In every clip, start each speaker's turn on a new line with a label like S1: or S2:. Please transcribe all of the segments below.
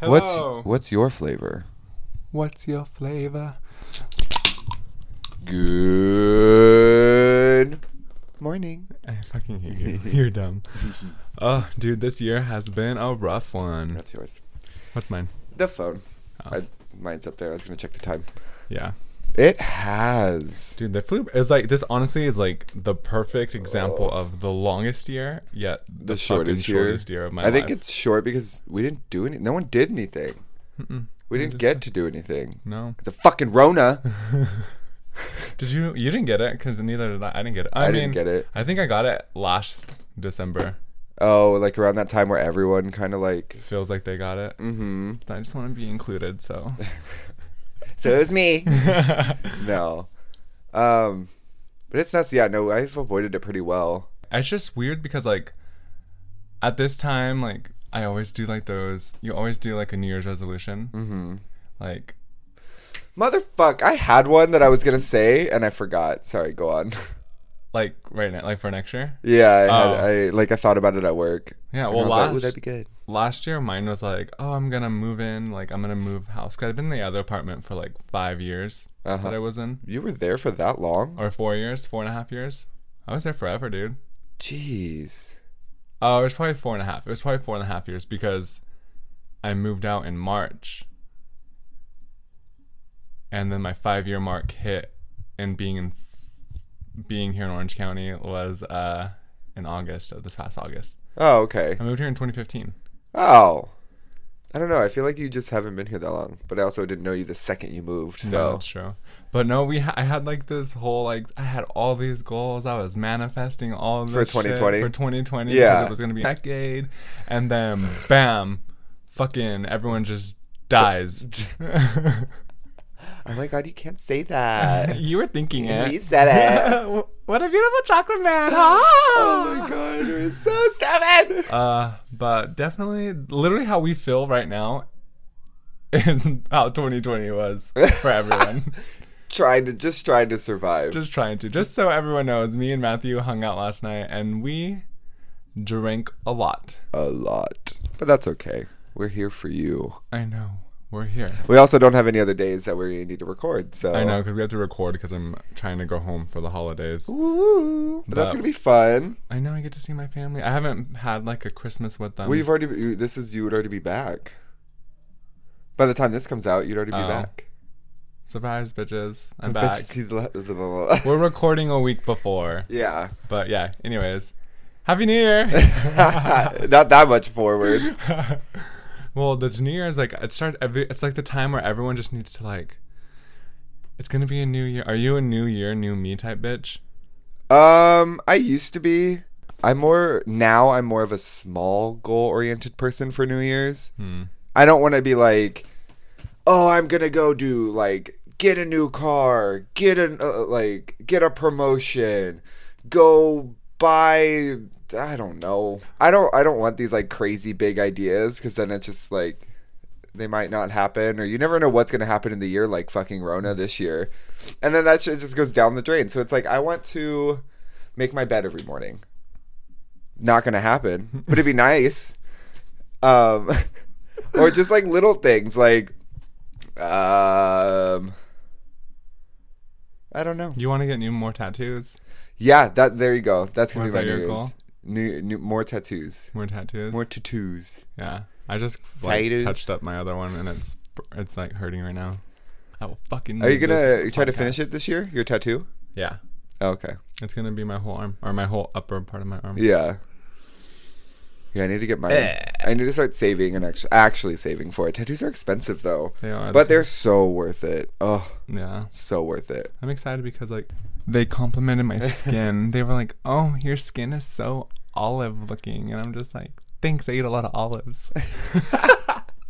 S1: Hello.
S2: What's what's your flavor?
S1: What's your flavor?
S2: Good morning.
S1: I fucking hate you. You're dumb. Oh, dude, this year has been a rough one.
S2: That's yours.
S1: What's mine?
S2: The phone.
S1: Oh.
S2: I, mine's up there. I was gonna check the time.
S1: Yeah.
S2: It has.
S1: Dude, the flu is like this. Honestly, is like the perfect example of the longest year, yet the,
S2: The
S1: fucking
S2: shortest year.
S1: shortest year of my
S2: I think
S1: life.
S2: it's short because we didn't do any. No one did anything.
S1: Mm-mm.
S2: We didn't get to do anything.
S1: no.
S2: The fucking Rona.
S1: Did you? You didn't get it because neither did I. I didn't get it. I,
S2: I
S1: mean,
S2: didn't get it.
S1: I think I got it last December.
S2: Oh, like around that time where everyone kind of like.
S1: Feels like they got it.
S2: Mm-hmm.
S1: I just want to be included. So.
S2: So it was me. no. Um, but it's nuts. Yeah, no, I've avoided it pretty well.
S1: it's just weird because like at this time like i always do like those you always do like a new year's resolution mm-hmm. like
S2: Motherfuck, I had one that I was gonna say and I forgot. Sorry, go on.
S1: like right now like for next year
S2: yeah, I, had,
S1: Oh.
S2: I like I thought about it at work.
S1: yeah
S2: And
S1: well
S2: I was like,
S1: last,
S2: "Ooh, that'd be good.
S1: last year mine was like oh i'm gonna move in like i'm gonna move house because i've been in the other apartment for like five years
S2: Uh-huh.
S1: that i was in
S2: You were there for that long?
S1: or four years four and a half years i was there forever dude
S2: Jeez.
S1: oh it was probably four and a half it was probably four and a half years because i moved out in march and then my five year mark hit and being in being here in orange county was uh in august of this past august
S2: Oh, okay.
S1: i moved here in 2015
S2: Oh. I don't know. I feel like you just haven't been here that long. But I also didn't know you the second you moved.
S1: No,
S2: So
S1: that's true. But no, we ha- I had like this whole like I had all these goals. I was manifesting all of this
S2: For
S1: shit
S2: 2020?
S1: for 2020. 'cause
S2: Yeah.
S1: it was gonna be a decade, and then bam, fucking everyone just dies.
S2: Oh my god, you can't say that.
S1: you were thinking it.
S2: We said
S1: what a beautiful chocolate man, huh?
S2: oh my god, we're so stupid.
S1: Uh, but definitely, literally, how we feel right now is how 2020 was for everyone.
S2: trying to just trying to survive.
S1: just trying to. Just so everyone knows, me and Matthew hung out last night and we drank a lot.
S2: a lot. But that's okay. We're here for you.
S1: I know. We're here.
S2: We also don't have any other days that we need to record, so
S1: I know because we have to record because I'm trying to go home for the holidays.
S2: Woo. But that's
S1: But-
S2: gonna be fun.
S1: I know I get to see my family. I haven't had like a Christmas with them.
S2: Well, you've already. you- This is you would already be back. By the time this comes out, you'd already be
S1: Oh.
S2: back.
S1: Surprise, bitches! I'm
S2: Bet you
S1: back.
S2: see the- the- the- the-
S1: We're recording a week before,
S2: yeah,
S1: but yeah. Anyways, Happy New Year!
S2: not that much forward.
S1: well, the new year is like it starts. Every, it's like the time where everyone just needs to like. It's gonna be a new year. Are you a new year, new me type bitch?
S2: Um, I used to be. I'm more now. I'm more of a small goal oriented person for New Year's.
S1: Hmm.
S2: I don't want to be like, oh, I'm gonna go do like get a new car, get an uh, like get a promotion, go buy. I don't know. I don't. I don't want these like crazy big ideas because then it's just like they might not happen or you never know what's gonna happen in the year like fucking Rona this year, and then that shit just goes down the drain. So it's like I want to make my bed every morning. Not gonna happen, but it'd be nice um, or just like little things like um I don't know.
S1: You want to get new more tattoos?
S2: Yeah, that there you go. That's gonna
S1: Was
S2: be my
S1: that your
S2: new
S1: goal?
S2: year's. New, new more tattoos.
S1: More tattoos?
S2: More tattoos.
S1: yeah. I just like,
S2: Tattoos.
S1: touched up my other one and it's it's like hurting right now. I will fucking.
S2: Are you
S1: leave this
S2: gonna try to finish
S1: podcast.
S2: it this year? Your tattoo?
S1: Yeah.
S2: Oh, okay.
S1: It's gonna be my whole arm or my whole upper part of my arm.
S2: Yeah. Yeah, I need to get mine.
S1: Eh.
S2: I need to start saving and actually actually saving for it. Tattoos are expensive though.
S1: They are,
S2: But
S1: that's-
S2: they're so worth it. Oh,
S1: Yeah.
S2: so worth it.
S1: I'm excited because like they complimented my skin. they were like, "Oh, your skin is so olive looking," and I'm just like, "Thanks, I eat a lot of olives."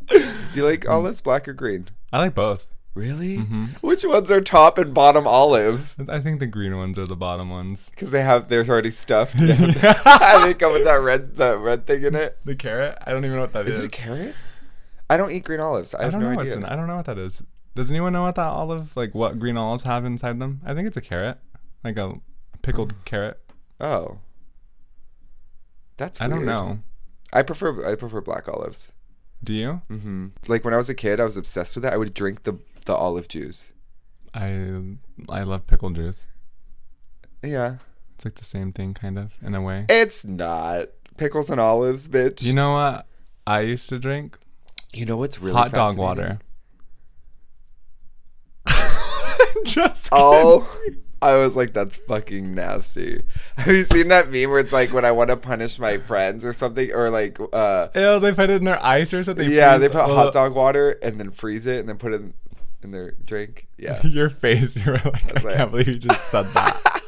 S2: Do you like olives, black or green?
S1: I like both. Mm-hmm.
S2: Really? Which ones are top and bottom olives?
S1: I think the green ones are the bottom ones.
S2: Because they have they're already stuffed. and they come with that red that red thing in it.
S1: The carrot? I don't even know what that is.
S2: Is it a carrot? I don't eat green olives. I
S1: I
S2: have
S1: don't
S2: no
S1: know what's
S2: idea.
S1: in. I don't know what that is. Does anyone know what that olive, like what green olives have inside them? I think it's a carrot, like a pickled
S2: Mm.
S1: carrot.
S2: oh, that's.
S1: I don't
S2: weird.
S1: know.
S2: I prefer I prefer black olives.
S1: Do you?
S2: hmm Like when I was a kid, I was obsessed with that. I would drink the the olive juice.
S1: I I love pickle juice.
S2: Yeah,
S1: It's like the same thing, kind of, in a way.
S2: it's not pickles and olives, bitch.
S1: You know what I used to drink?
S2: you know what's really
S1: Hot dog
S2: fascinating?
S1: water. Just
S2: Oh, I was like, that's fucking nasty. Have you seen that meme where it's like when I want to punish my friends or something, or like, uh,
S1: kidding. Ew, they put it in their ice or something.
S2: yeah, they
S1: freeze-
S2: put
S1: Ugh.
S2: hot dog water and then freeze it and then put it in, in their drink. Yeah,
S1: Your face, you were like, I
S2: like-
S1: can't believe you just said that.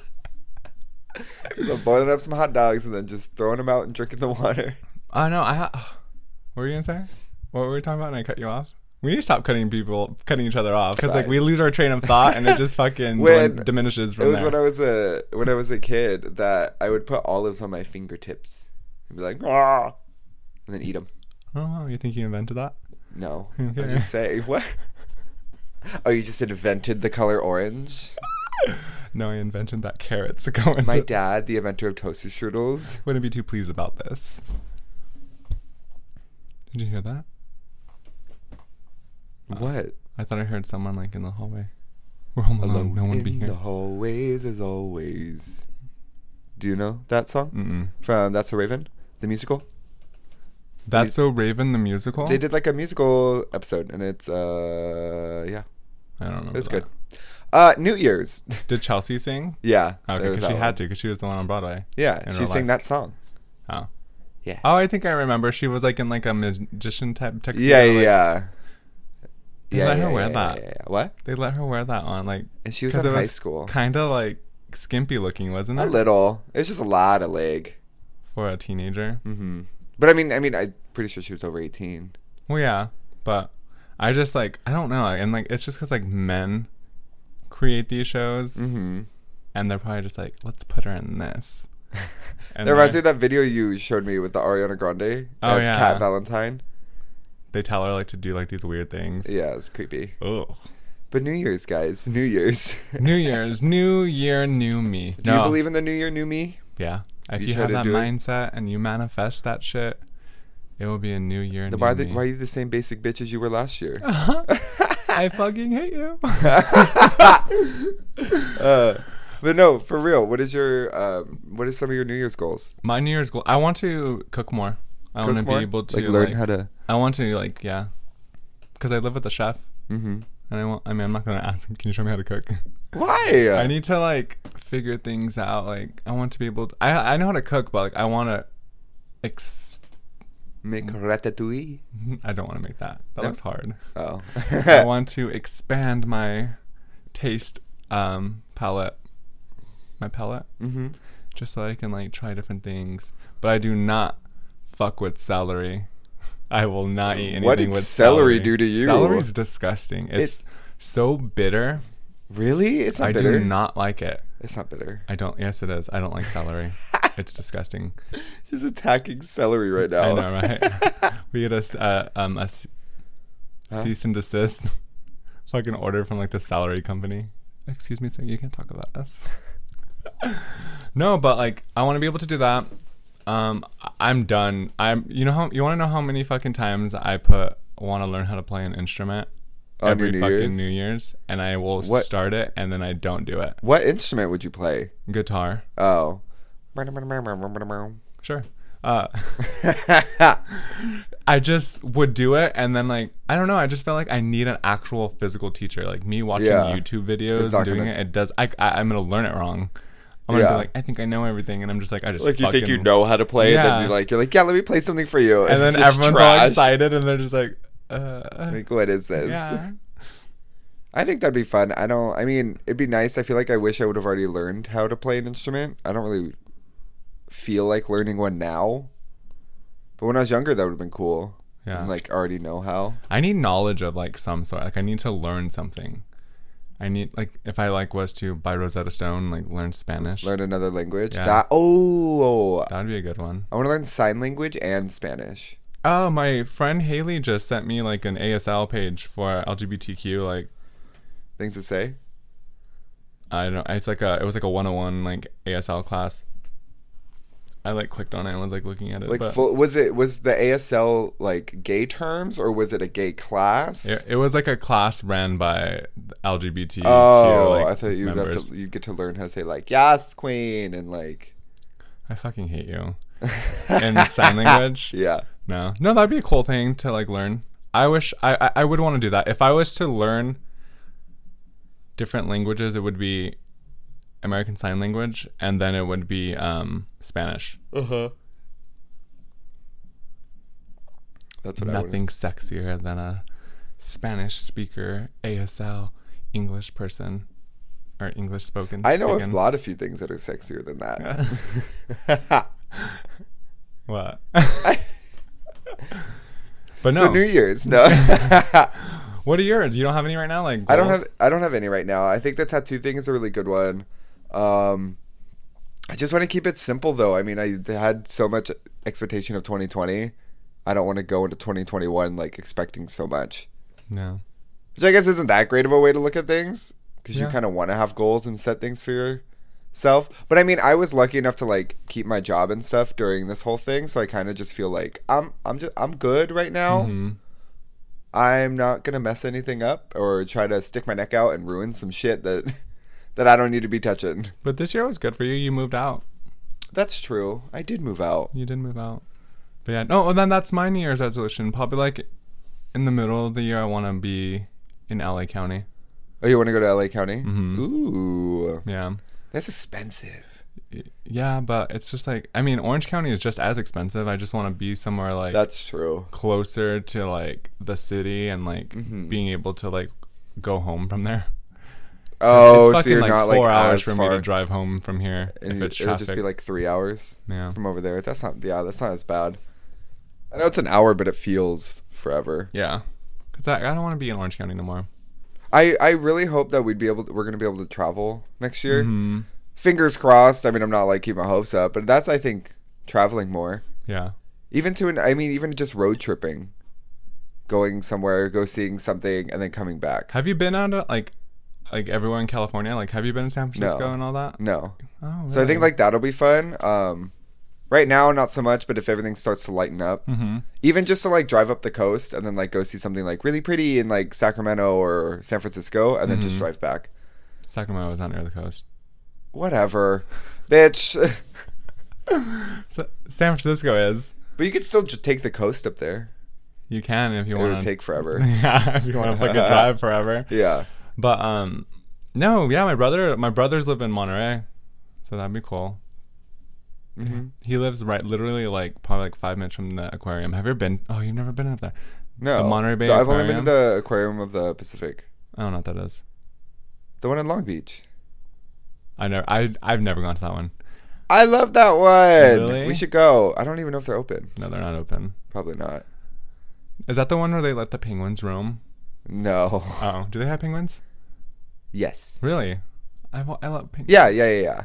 S2: So boiling up some hot dogs and then just throwing them out and drinking the water.
S1: oh no, I. Ha- what were you gonna say? What were we talking about? And I cut you off. We need to stop cutting people, cutting each other off, because like
S2: Right.
S1: we lose our train of thought and it just fucking
S2: When-
S1: blin- diminishes
S2: It
S1: from
S2: was
S1: there.
S2: when I was a when I was a kid that I would put olives on my fingertips and be like, ah, and then eat them.
S1: oh, you think you invented that?
S2: No, I
S1: Okay.
S2: just say what? Oh, you just invented the color orange.
S1: No, I invented that carrots to go into.
S2: My dad, the inventor of toaster strudels.
S1: wouldn't be too pleased about this. Did you hear that?
S2: What?
S1: I thought I heard someone like in the hallway. We're home alone.
S2: Alone
S1: Uh, No one
S2: in
S1: be here.
S2: the hallways as always. Do you know that song
S1: Mm-mm.
S2: from That's a Raven, the musical?
S1: That's so Raven the musical.
S2: They did like a musical episode, and it's uh yeah,
S1: I don't know.
S2: it was good. Uh, New Year's,
S1: Did Chelsea sing? Oh,
S2: yeah.
S1: Okay,
S2: it was
S1: 'cause
S2: that
S1: she
S2: one.
S1: had to, because she was the one on Broadway.
S2: Yeah,
S1: in
S2: she
S1: real
S2: sang that song.
S1: Oh.
S2: Yeah.
S1: Oh, I think I remember. She was like in like a magician type tuxedo.
S2: yeah, yeah,
S1: like-
S2: yeah.
S1: They let her wear that.
S2: yeah, yeah. What?
S1: They let her wear that on like.
S2: And she was
S1: 'cause
S2: in
S1: it
S2: high school.
S1: Kind of like skimpy looking, wasn't it?
S2: A little. It's just a lot of leg.
S1: For a teenager.
S2: hmm But I mean, I mean, I'm pretty sure she was over 18.
S1: Well, yeah, but I just like I don't know, and like it's just because like men create these shows,
S2: Mm-hmm.
S1: and they're probably just like, let's put her in this. And
S2: That reminds me
S1: then
S2: of that video you showed me with the Ariana Grande
S1: Oh,
S2: as
S1: yeah.
S2: Cat Valentine.
S1: they tell her like to do like these weird things.
S2: Yeah, it's creepy.
S1: Oh,
S2: But New Year's, guys, New Year's.
S1: New Year's, New Year, New Me.
S2: Do you believe in the New Year, New Me?
S1: Yeah, if
S2: You
S1: you,
S2: try
S1: have
S2: to
S1: that
S2: do it?
S1: mindset
S2: mindset
S1: and you manifest that shit, it will be a New Year,
S2: The
S1: New
S2: why, the,
S1: Me.
S2: why are you the same basic bitch as you were last year?
S1: I fucking hate you.
S2: Uh, but no, for real. What is your um, what are some of your New Year's goals?
S1: My New Year's goal. I want to cook more. I want to
S2: Cook
S1: be
S2: more?
S1: able to
S2: like learn
S1: like,
S2: how to.
S1: I want to like yeah, because I live with a chef,
S2: hmm
S1: and I want. I mean, I'm not gonna ask him. Can you show me how to cook?
S2: Why? Uh,
S1: I need to like figure things out. Like I want to be able. To, I I know how to cook, but like I want to. Ex-
S2: make ratatouille.
S1: I don't want to make that. That
S2: No?
S1: looks hard.
S2: Oh,
S1: I want to expand my taste um palette. My palette,
S2: hmm
S1: just so I can like try different things. But I do not fuck with celery. I will not eat anything
S2: What did
S1: with
S2: celery
S1: celery.
S2: do to you?
S1: Celery's disgusting. It's so bitter.
S2: Really? It's not
S1: I
S2: bitter.
S1: do not like it.
S2: It's not bitter.
S1: I don't. Yes, it is. I don't like celery. it's disgusting.
S2: She's attacking celery right now.
S1: I know, right? we get a s- uh, um a s-
S2: Huh?
S1: cease and desist fucking order from like the celery company. Excuse me, sir. You can't talk about us. no, but like I want to be able to do that. Um, I- I'm done. I'm. You know how you want to know how many fucking times I put want to learn how to play an instrument
S2: On
S1: every
S2: your New
S1: fucking
S2: Year's?
S1: New Year's, and I will
S2: What-
S1: start it and then I don't do it.
S2: What instrument would you play?
S1: Guitar,
S2: Oh.
S1: sure. Uh. I just would do it, and then like I don't know. I just felt like I need an actual physical teacher. Like me watching
S2: Yeah.
S1: YouTube
S2: It's
S1: videos
S2: not
S1: and doing
S2: gonna-
S1: it, it does. I, I I'm gonna learn it wrong. I'm gonna
S2: Yeah.
S1: be like, I think I know everything, and I'm just like, I just
S2: like you think you
S1: fucking-"
S2: know how to play it, then
S1: Yeah.
S2: you're like you're like, Yeah, let me play something for you.
S1: And
S2: it's
S1: then
S2: just
S1: everyone's all
S2: trash.
S1: excited, and they're just like, uh,
S2: Like, what is this?
S1: yeah.
S2: I think that'd be fun. I don't I mean, it'd be nice. I feel like I wish I would have already learned how to play an instrument. I don't really feel like learning one now. But when I was younger that would have been cool.
S1: Yeah.
S2: And, like already know how.
S1: I need knowledge of like some sort. Like I need to learn something. I need like if I like was to by Rosetta Stone like learn Spanish.
S2: Learn another language.
S1: Yeah.
S2: That oh
S1: that would be a good one.
S2: I wanna learn sign language and Spanish.
S1: Oh, my friend Haley just sent me like an ASL page for LGBTQ like
S2: things to say.
S1: I don't. It's like a. It was like a 101 like ASL class. I like clicked on it and was like looking at it.
S2: Like
S1: but
S2: full, was it was the ASL like gay terms or was it a gay class?
S1: it, it was like a class ran by LGBT.
S2: Oh, I thought you'd
S1: members.
S2: have to you get to learn how to say like yes, queen, and like
S1: I fucking hate you. And sign language.
S2: yeah,
S1: No, no, that'd be a cool thing to like learn. I wish I I, I would want to do that. If I was to learn different languages, it would be American Sign Language, and then it would be um, Spanish.
S2: that's what I would.
S1: Nothing sexier than a Spanish speaker ASL English person or English spoken.
S2: I know
S1: speaking.
S2: a lot of few things that are sexier than that.
S1: what. But no,
S2: So New Year's, no,
S1: what are yours? You don't have any right now, like
S2: I don't
S1: goals?
S2: have I don't have any right now. I think the tattoo thing is a really good one. Um, I just want to keep it simple though. I mean, I had so much expectation of 2020. I don't want to go into 2021 like expecting so much.
S1: no.
S2: which I guess isn't that great of a way to look at things because
S1: Yeah.
S2: you kind of want to have goals and set things for yourself. But I mean, I was lucky enough to like keep my job and stuff during this whole thing, so I kind of just feel like I'm I'm just I'm good right now.
S1: Mhm.
S2: I'm not gonna mess anything up or try to stick my neck out and ruin some shit that that I don't need to be touching.
S1: But this year was good for you. You moved out.
S2: That's true. I did move out.
S1: You did move out. But yeah, no, and then that's my New Year's resolution. Probably like in the middle of the year, I want to be in LA County.
S2: Oh, you want to go to LA County?
S1: Mm-hmm.
S2: Ooh,
S1: Yeah.
S2: that's expensive.
S1: Y- Yeah, but it's just like, I mean, Orange County is just as expensive. I just want to be somewhere like
S2: That's true.
S1: closer to like the city and like
S2: Mm-hmm.
S1: being able to like go home from there.
S2: Oh,
S1: it's
S2: so you're
S1: like
S2: not like
S1: four hours
S2: as
S1: for
S2: far.
S1: me to drive home from here if
S2: It-
S1: it's
S2: it would
S1: traffic.
S2: just be like three hours.
S1: yeah.
S2: from over there. That's not yeah, that's not as bad. I know it's an hour, but it feels forever.
S1: Yeah. Because I, I don't want to be in Orange County no more.
S2: I I really hope that we'd be able to, we're gonna be able to travel next year.
S1: Mm-hmm.
S2: Fingers crossed. I mean, I'm not like keeping my hopes up, but that's I think traveling more,
S1: Yeah.
S2: even to an I mean, even just road tripping, going somewhere, go seeing something, and then coming back.
S1: Have you been out of like like everywhere in California? Like have you been to San Francisco and all that?
S2: No,
S1: Oh,
S2: so I
S1: really?
S2: think like that'll be fun. Um, right now, not so much, but if everything starts to lighten up,
S1: Mhm.
S2: even just to like drive up the coast and then like go see something like really pretty in like Sacramento or San Francisco and then
S1: Mm-hmm.
S2: just drive back.
S1: Sacramento is not near the coast.
S2: Whatever, bitch.
S1: So, San Francisco is.
S2: but you could still j- take the coast up there.
S1: You can if you
S2: It
S1: want
S2: would take forever.
S1: yeah, if you want to fucking drive forever.
S2: yeah.
S1: But um, no, yeah, my brother, my brothers live in Monterey, so that'd be cool.
S2: hmm
S1: He lives right, literally like probably like five minutes from the aquarium. Have you ever been? Oh, you've never been up there.
S2: No,
S1: The Monterey Bay
S2: I've only been to
S1: Aquarium?
S2: the aquarium of the Pacific,
S1: I don't know what that is.
S2: the one in Long Beach.
S1: I never, I, I've never gone to that one.
S2: I love that one.
S1: Really?
S2: We should go. I don't even know if they're open.
S1: No, they're not open.
S2: Probably not.
S1: Is that the one where they let the penguins roam?
S2: No.
S1: Oh, do they have penguins?
S2: yes.
S1: Really? I, wa- I love penguins.
S2: Yeah, yeah, yeah, yeah.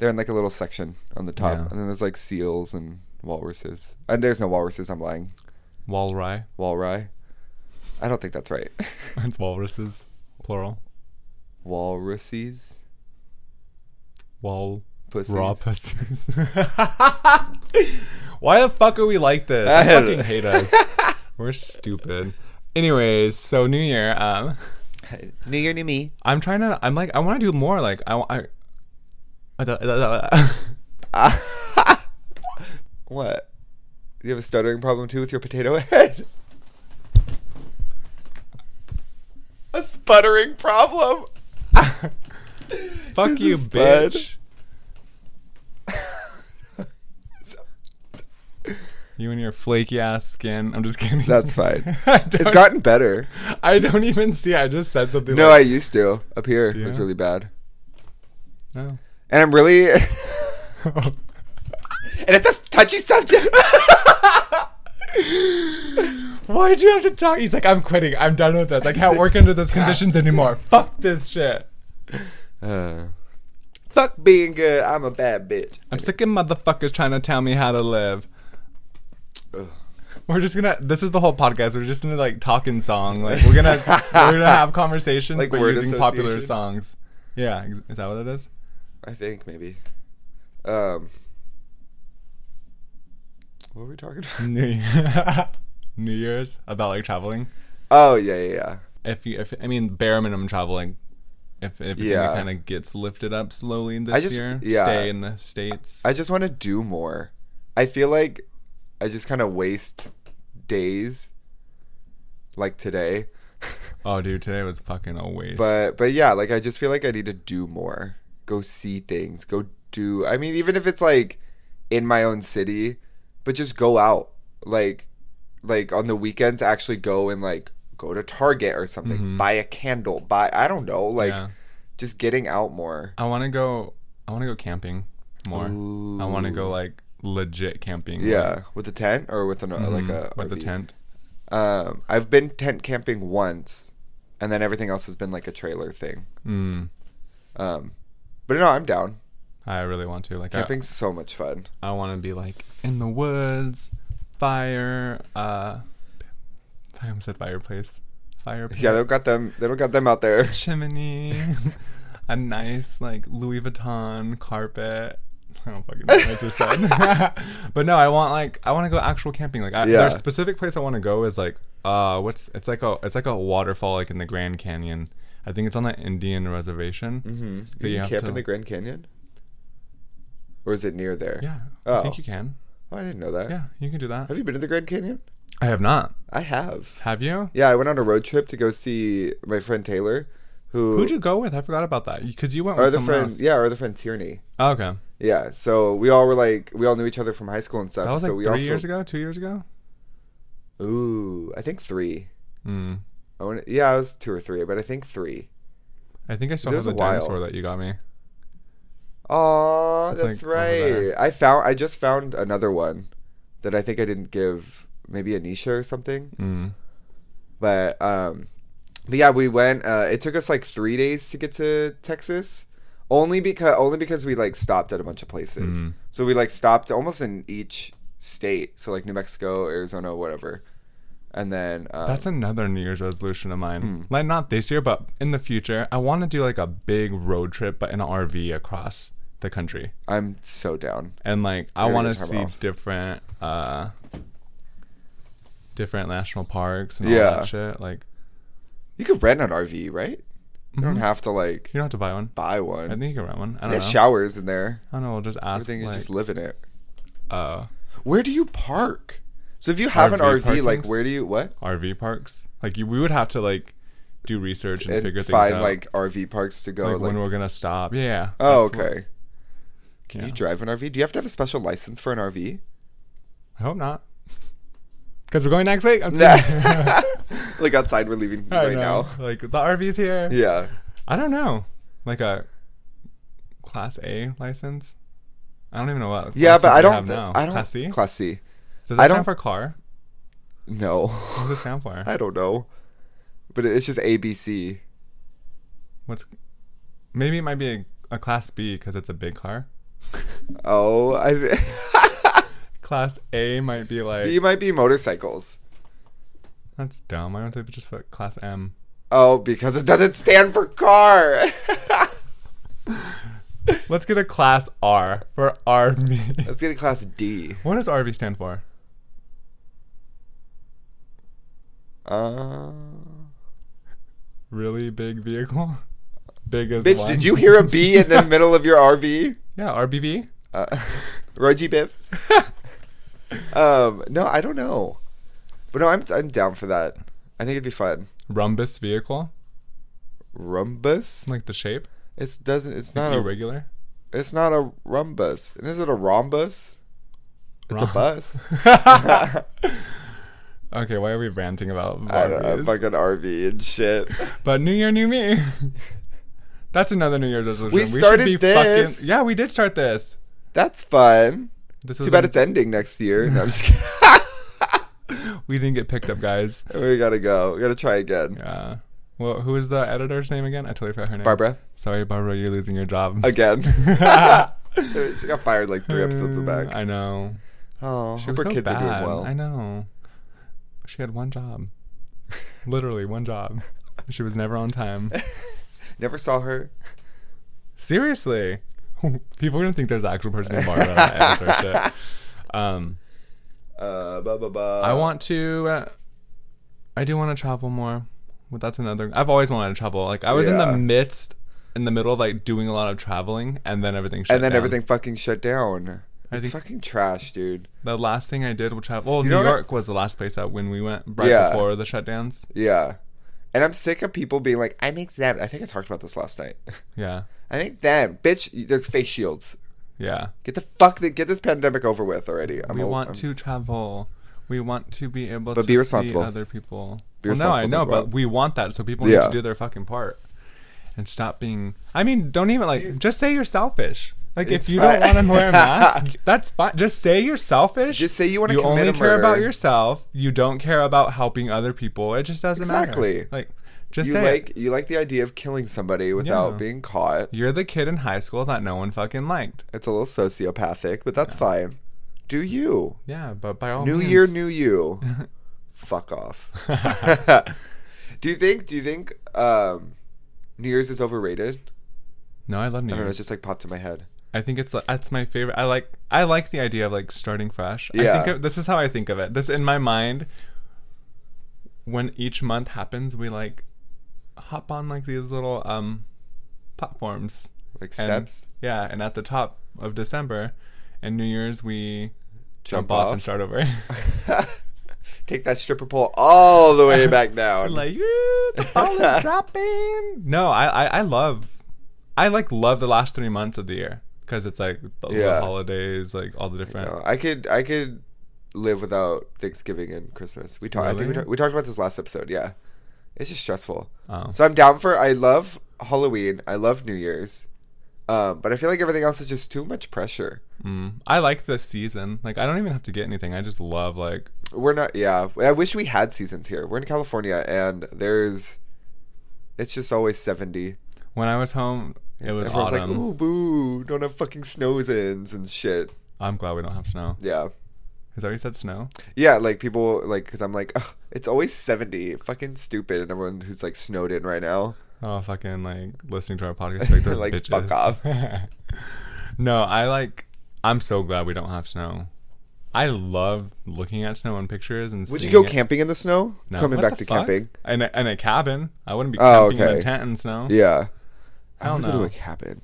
S2: They're in like a little section on the top,
S1: Yeah.
S2: and then there's like seals and walruses. And there's no walruses. I'm lying.
S1: Walry.
S2: Walry. I don't think that's right.
S1: It's walruses, plural.
S2: Walruses.
S1: Wal.
S2: Pussies.
S1: Raw pussies. Why the fuck are we like this? I,
S2: I don't
S1: fucking
S2: know.
S1: hate us. We're stupid. Anyways, so New Year. Um,
S2: New year, new me.
S1: I'm trying to. I'm like, I want to do more. Like, I. wa- I I don't- I don't-
S2: What? You have a stuttering problem too with your potato head. a sputtering problem.
S1: fuck
S2: This
S1: you,
S2: is bad.
S1: bitch. You and your flaky ass skin. I'm just kidding.
S2: That's fine.
S1: I don't,
S2: It's gotten better.
S1: I don't even see. I just said something.
S2: No, I
S1: like,
S2: used to. Up here, it was
S1: Yeah.
S2: really bad.
S1: No.
S2: And I'm really.
S1: Oh.
S2: And it's a touchy subject.
S1: Why'd you have to talk? He's like, I'm quitting. I'm done with this. I can't work under those conditions anymore. Fuck this shit.
S2: uh, fuck being good. I'm a bad bitch.
S1: I'm sick of motherfuckers trying to tell me how to live.
S2: Ugh.
S1: We're just gonna. This is the whole podcast. We're just gonna like talk in song. Like we're gonna we're gonna have conversations,
S2: Like
S1: but
S2: word
S1: using popular
S2: association?
S1: songs. Yeah, ex- is that what it is?
S2: I think maybe. Um, What were we talking about?
S1: New Year- New Year's about like traveling.
S2: Oh yeah, yeah, yeah.
S1: If you, if I mean bare minimum traveling, if if
S2: Yeah.
S1: kind of gets lifted up slowly this
S2: just-
S1: year,
S2: yeah.
S1: stay in the states.
S2: I just want to do more. I feel like I just kind of waste days, like today.
S1: oh, dude, today was fucking a waste.
S2: But but yeah, like I just feel like I need to do more. Go see things. Go do. I mean, even if it's like in my own city, but just go out. Like like on the weekends, actually go and like go to Target or something.
S1: Mhm.
S2: Buy a candle. Buy I don't know. Like
S1: Yeah.
S2: just getting out more.
S1: I want to go. I want to go camping more. I want to
S2: Ooh.
S1: go like legit camping.
S2: Yeah, with a tent or with an
S1: like,
S2: like
S1: mhm,
S2: a
S1: with the
S2: RV?
S1: tent.
S2: Um, I've been tent camping once, and then everything else has been like a trailer thing.
S1: Mm,
S2: Um, but no, I'm down.
S1: I really want to like. I-
S2: Camping's so much fun.
S1: I want to be like in the woods, fire. Uh, I almost said fireplace, fire.
S2: Yeah, they don't got them. They don't got them out there.
S1: chimney, a nice like Louis Vuitton carpet. I don't fucking know what I just said. but no, I want like I want to go actual camping. Like I,
S2: Yeah.
S1: there's a specific place I want to go is like uh what's it's like a it's like a waterfall like in the Grand Canyon. I think it's on the Indian reservation.
S2: Mm-hmm.
S1: That you
S2: you
S1: have
S2: camp
S1: to-
S2: in the Grand Canyon, or is it near there?
S1: Yeah, I
S2: Oh.
S1: think you can.
S2: Oh, I didn't know that.
S1: Yeah, you can do that.
S2: Have you been to the Grand Canyon?
S1: I have not.
S2: I have.
S1: Have you?
S2: Yeah, I went on a road trip to go see my friend Taylor, who
S1: Who'd you go with? I forgot about that because you went
S2: our
S1: with
S2: other
S1: someone
S2: friend.
S1: else.
S2: Yeah, our other friend Tierney.
S1: Oh, okay,
S2: Yeah, so we all were like, we all knew each other from high school and stuff.
S1: that was
S2: so
S1: like
S2: we
S1: three
S2: also,
S1: years ago, two years ago.
S2: Ooh, I think three.
S1: Mm.
S2: I want. Yeah, it was two or three, but I think three.
S1: I think I still
S2: It
S1: have the
S2: was a while.
S1: dinosaur that you got me.
S2: Oh,
S1: It's,
S2: that's
S1: like, over
S2: right.
S1: there.
S2: I found. I just found another one that I think I didn't give maybe Anisha or something.
S1: Mm.
S2: But um, but yeah, we went. Uh, it took us like three days to get to Texas, only because only because we like stopped at a bunch of places.
S1: Mhm.
S2: So we like stopped almost in each state. So like New Mexico, Arizona, whatever, and then um,
S1: That's another New Year's resolution of mine.
S2: Hmm.
S1: Like not this year, but in the future, I want to do like a big road trip, but in an RV across the country,
S2: I'm so down.
S1: and like I
S2: You're
S1: want to
S2: gonna turn
S1: see
S2: off.
S1: different, uh different national parks and all
S2: Yeah.
S1: that shit. Like
S2: You could rent an RV, right? You don't have to like
S1: you don't have to buy one.
S2: buy
S1: I
S2: one.
S1: think you can rent one. Mm-hmm. I don't
S2: They
S1: know.
S2: have showers in there.
S1: I don't know. We'll just ask.
S2: Everything
S1: Like,
S2: you just live in it.
S1: uh,
S2: Where do you park? So if you have an RV,
S1: RV
S2: like
S1: parkings?
S2: where do you what?
S1: RV parks. Like you, we would have to like do research and,
S2: And
S1: figure things
S2: find
S1: out.
S2: like RV parks to go.
S1: Like,
S2: Like,
S1: when we're gonna stop. Yeah. yeah.
S2: oh,
S1: That's what-
S2: okay. Can
S1: Yeah.
S2: you drive an RV? Do you have to have a special license for an RV?
S1: I hope not. Because we're going next week. I'm just kidding.
S2: like outside, we're leaving
S1: I
S2: right
S1: know.
S2: now.
S1: Like the RV's here.
S2: Yeah.
S1: I don't know. Like a class A license. I don't even know what.
S2: Yeah, but
S1: license
S2: I
S1: we
S2: don't.
S1: have
S2: thi-
S1: now.
S2: I don't.
S1: Class E? C.
S2: Class E. C.
S1: Does
S2: I
S1: that
S2: don't-
S1: stand for car?
S2: No.
S1: What does it stand for?
S2: I don't know. But it's just ABC.
S1: What's? Maybe it might be a, a class B because it's a big car.
S2: Oh, I.
S1: Class A might be like
S2: B might be motorcycles.
S1: that's dumb. Why don't they just put class M?
S2: Oh, because it doesn't stand for car.
S1: Let's get a class R for RV.
S2: Let's get a class D.
S1: what does RV stand for?
S2: Uh,
S1: Really big vehicle. Big as
S2: bitch,
S1: one.
S2: did you hear a B in the middle of your RV?
S1: Yeah, RBV.
S2: Uh, Roji Biv. um, no, I don't know, but no, I'm I'm down for that. I think it'd be fun.
S1: Rhombus vehicle,
S2: Rumbus?
S1: like the shape.
S2: It's doesn't. It's not a.
S1: Irregular.
S2: It's not a rumbus. And is it a rhombus? It's a
S1: Rhom-
S2: bus.
S1: Okay, why are we ranting about
S2: I don't know,
S1: Barbies?
S2: fucking RV and shit.
S1: But New Year, New Me. That's another New Year's resolution.
S2: We
S1: should
S2: started
S1: be
S2: this.
S1: Fucking, yeah, we did start this.
S2: That's fun.
S1: This
S2: Too
S1: was
S2: bad
S1: in-
S2: it's ending next year. No, I'm just kidding.
S1: we didn't get picked up, guys.
S2: we gotta go. We gotta try again.
S1: Yeah. Well, who is the editor's name again? I totally forgot her name.
S2: Barbara,
S1: Sorry, Barbara, you're losing your job.
S2: again. she got fired like three episodes back.
S1: I know.
S2: Oh,
S1: She
S2: hope
S1: was
S2: her
S1: so
S2: kids
S1: bad.
S2: are doing well.
S1: I know. She had one job. Literally one job. She was never on time.
S2: Never saw her.
S1: Seriously. People are gonna think there's an actual person named Barbara. that edits our shit. Um,
S2: Uh, blah, blah, blah.
S1: I want to. Uh, I do want to travel more, but that's another. I've always wanted to travel. Like I was in
S2: Yeah.
S1: the midst, in the middle of like doing a lot of traveling, and then everything. Shut
S2: and then
S1: down.
S2: everything fucking shut down.
S1: I
S2: it's
S1: think-
S2: fucking trash, dude.
S1: The last thing I did, which I well,
S2: know
S1: New
S2: what I-
S1: York was the last place that when we went right
S2: Yeah.
S1: before the shutdowns.
S2: Yeah. And I'm sick of people being like, I'm exempt. I think I talked about this last night.
S1: Yeah,
S2: I think them, bitch. There's face shields.
S1: yeah.
S2: Get the fuck the, get this pandemic over with already. I'm
S1: we
S2: old-
S1: want
S2: I'm-
S1: to travel. We want to be able
S2: um, But
S1: to
S2: be responsible.
S1: see other people.
S2: Be
S1: well, no, I
S2: responsible,
S1: know,
S2: big
S1: but
S2: one.
S1: we want that, so people need
S2: Yeah.
S1: to do their fucking part and stop being. I mean, don't even like. Just say you're selfish. Like,
S2: It's
S1: if you
S2: fine.
S1: don't want to wear a mask, that's fine. Just say you're selfish.
S2: Just say you wanna
S1: You
S2: commit
S1: only
S2: a
S1: care about
S2: murder.
S1: yourself. You don't care about helping other people. It just doesn't matter.
S2: Exactly.
S1: Like, just
S2: You
S1: say it.
S2: like you like the idea of killing somebody without
S1: Yeah.
S2: being caught.
S1: you're the kid in high school that no one fucking liked.
S2: It's a little sociopathic, but that's fine. Do you?
S1: Yeah, but by all
S2: New
S1: means,
S2: year, new you. Fuck off. do you think? Do you think um, New Year's is overrated?
S1: no, I love New
S2: I don't know.
S1: Year's.
S2: It just like popped in my head.
S1: I think it's that's my favorite. I like I like the idea of like starting fresh. I
S2: Yeah.
S1: think of, this is how I think of it. This in my mind when each month happens, we like hop on like these little um platforms.
S2: Like
S1: And-
S2: steps,
S1: yeah, and at the top of December and New Year's we jump,
S2: jump,
S1: off, and start over.
S2: off. Take that stripper pole all the way back down.
S1: like "Ooh, the ball is dropping. No, I, I I love I like love the last 3 months of the year because it's like the, the
S2: Yeah.
S1: holidays, like all the different
S2: No, I could I could live without Thanksgiving and Christmas. We talked. I think we,
S1: Really?
S2: ta- we talked about this last episode. Yeah, it's just stressful.
S1: Oh.
S2: So I'm down for. I love Halloween. I love New Year's, um, but I feel like everything else is just too much pressure.
S1: Mm. I like the season. Like I don't even have to get anything. I just love like
S2: We're not. Yeah, I wish we had seasons here. We're in California, and there's. It's just always seventy.
S1: when I was home, it was
S2: Everyone's
S1: autumn.
S2: like, "Ooh, boo! Don't have fucking snows ins and shit."
S1: I'm glad we don't have snow.
S2: Yeah,
S1: Has already said snow?
S2: yeah. Like people, like, because I'm like, Ugh, it's always seventy. Fucking stupid. And everyone who's like snowed in right now.
S1: Oh fucking like listening to our podcast like those
S2: Like,
S1: bitches.
S2: fuck off.
S1: no, I like. I'm so glad we don't have snow. I love looking at snow in pictures and.
S2: Would you
S1: seeing
S2: go
S1: it.
S2: camping in the snow?
S1: No.
S2: Coming
S1: What
S2: back
S1: the
S2: to
S1: fuck?
S2: camping.
S1: in a, in a cabin? I wouldn't be
S2: Oh,
S1: camping in
S2: okay.
S1: a tent in snow.
S2: Yeah.
S1: Hell
S2: wanna go to
S1: no.
S2: a cabin.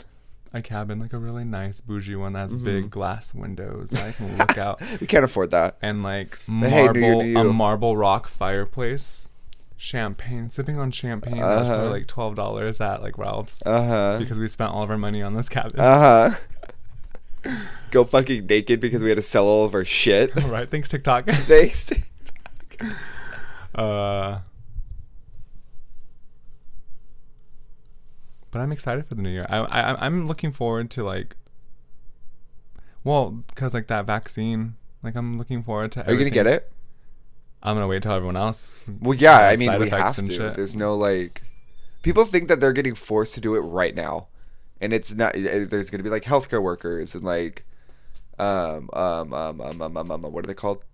S1: A cabin, like a really nice bougie one that has
S2: Mm-hmm.
S1: big glass windows. I can look out.
S2: We can't afford that.
S1: and like
S2: hey, New
S1: marble
S2: Year, New
S1: a
S2: You.
S1: marble rock fireplace. Champagne, sipping on champagne. That's
S2: Uh-huh.
S1: probably like twelve dollars at like Ralph's
S2: Uh huh.
S1: because we spent all of our money on this cabin.
S2: Uh huh. Uh-huh. go fucking naked because we had to sell all of our shit.
S1: right? Thanks TikTok.
S2: Thanks.
S1: uh, but I'm excited for the new year. I, I I'm- I'm looking forward to like, well, because like that vaccine. Like I'm looking forward to.
S2: Are you gonna get it?
S1: I'm gonna wait till everyone else.
S2: Well, yeah.
S1: Yeah,
S2: I mean,
S1: side
S2: we
S1: effects
S2: have
S1: and
S2: to.
S1: shit.
S2: There's no like. People think that they're getting forced to do it right now, and it's not. eh, There's gonna be like healthcare workers and like, um, um, um, um, um, um, um what are they called?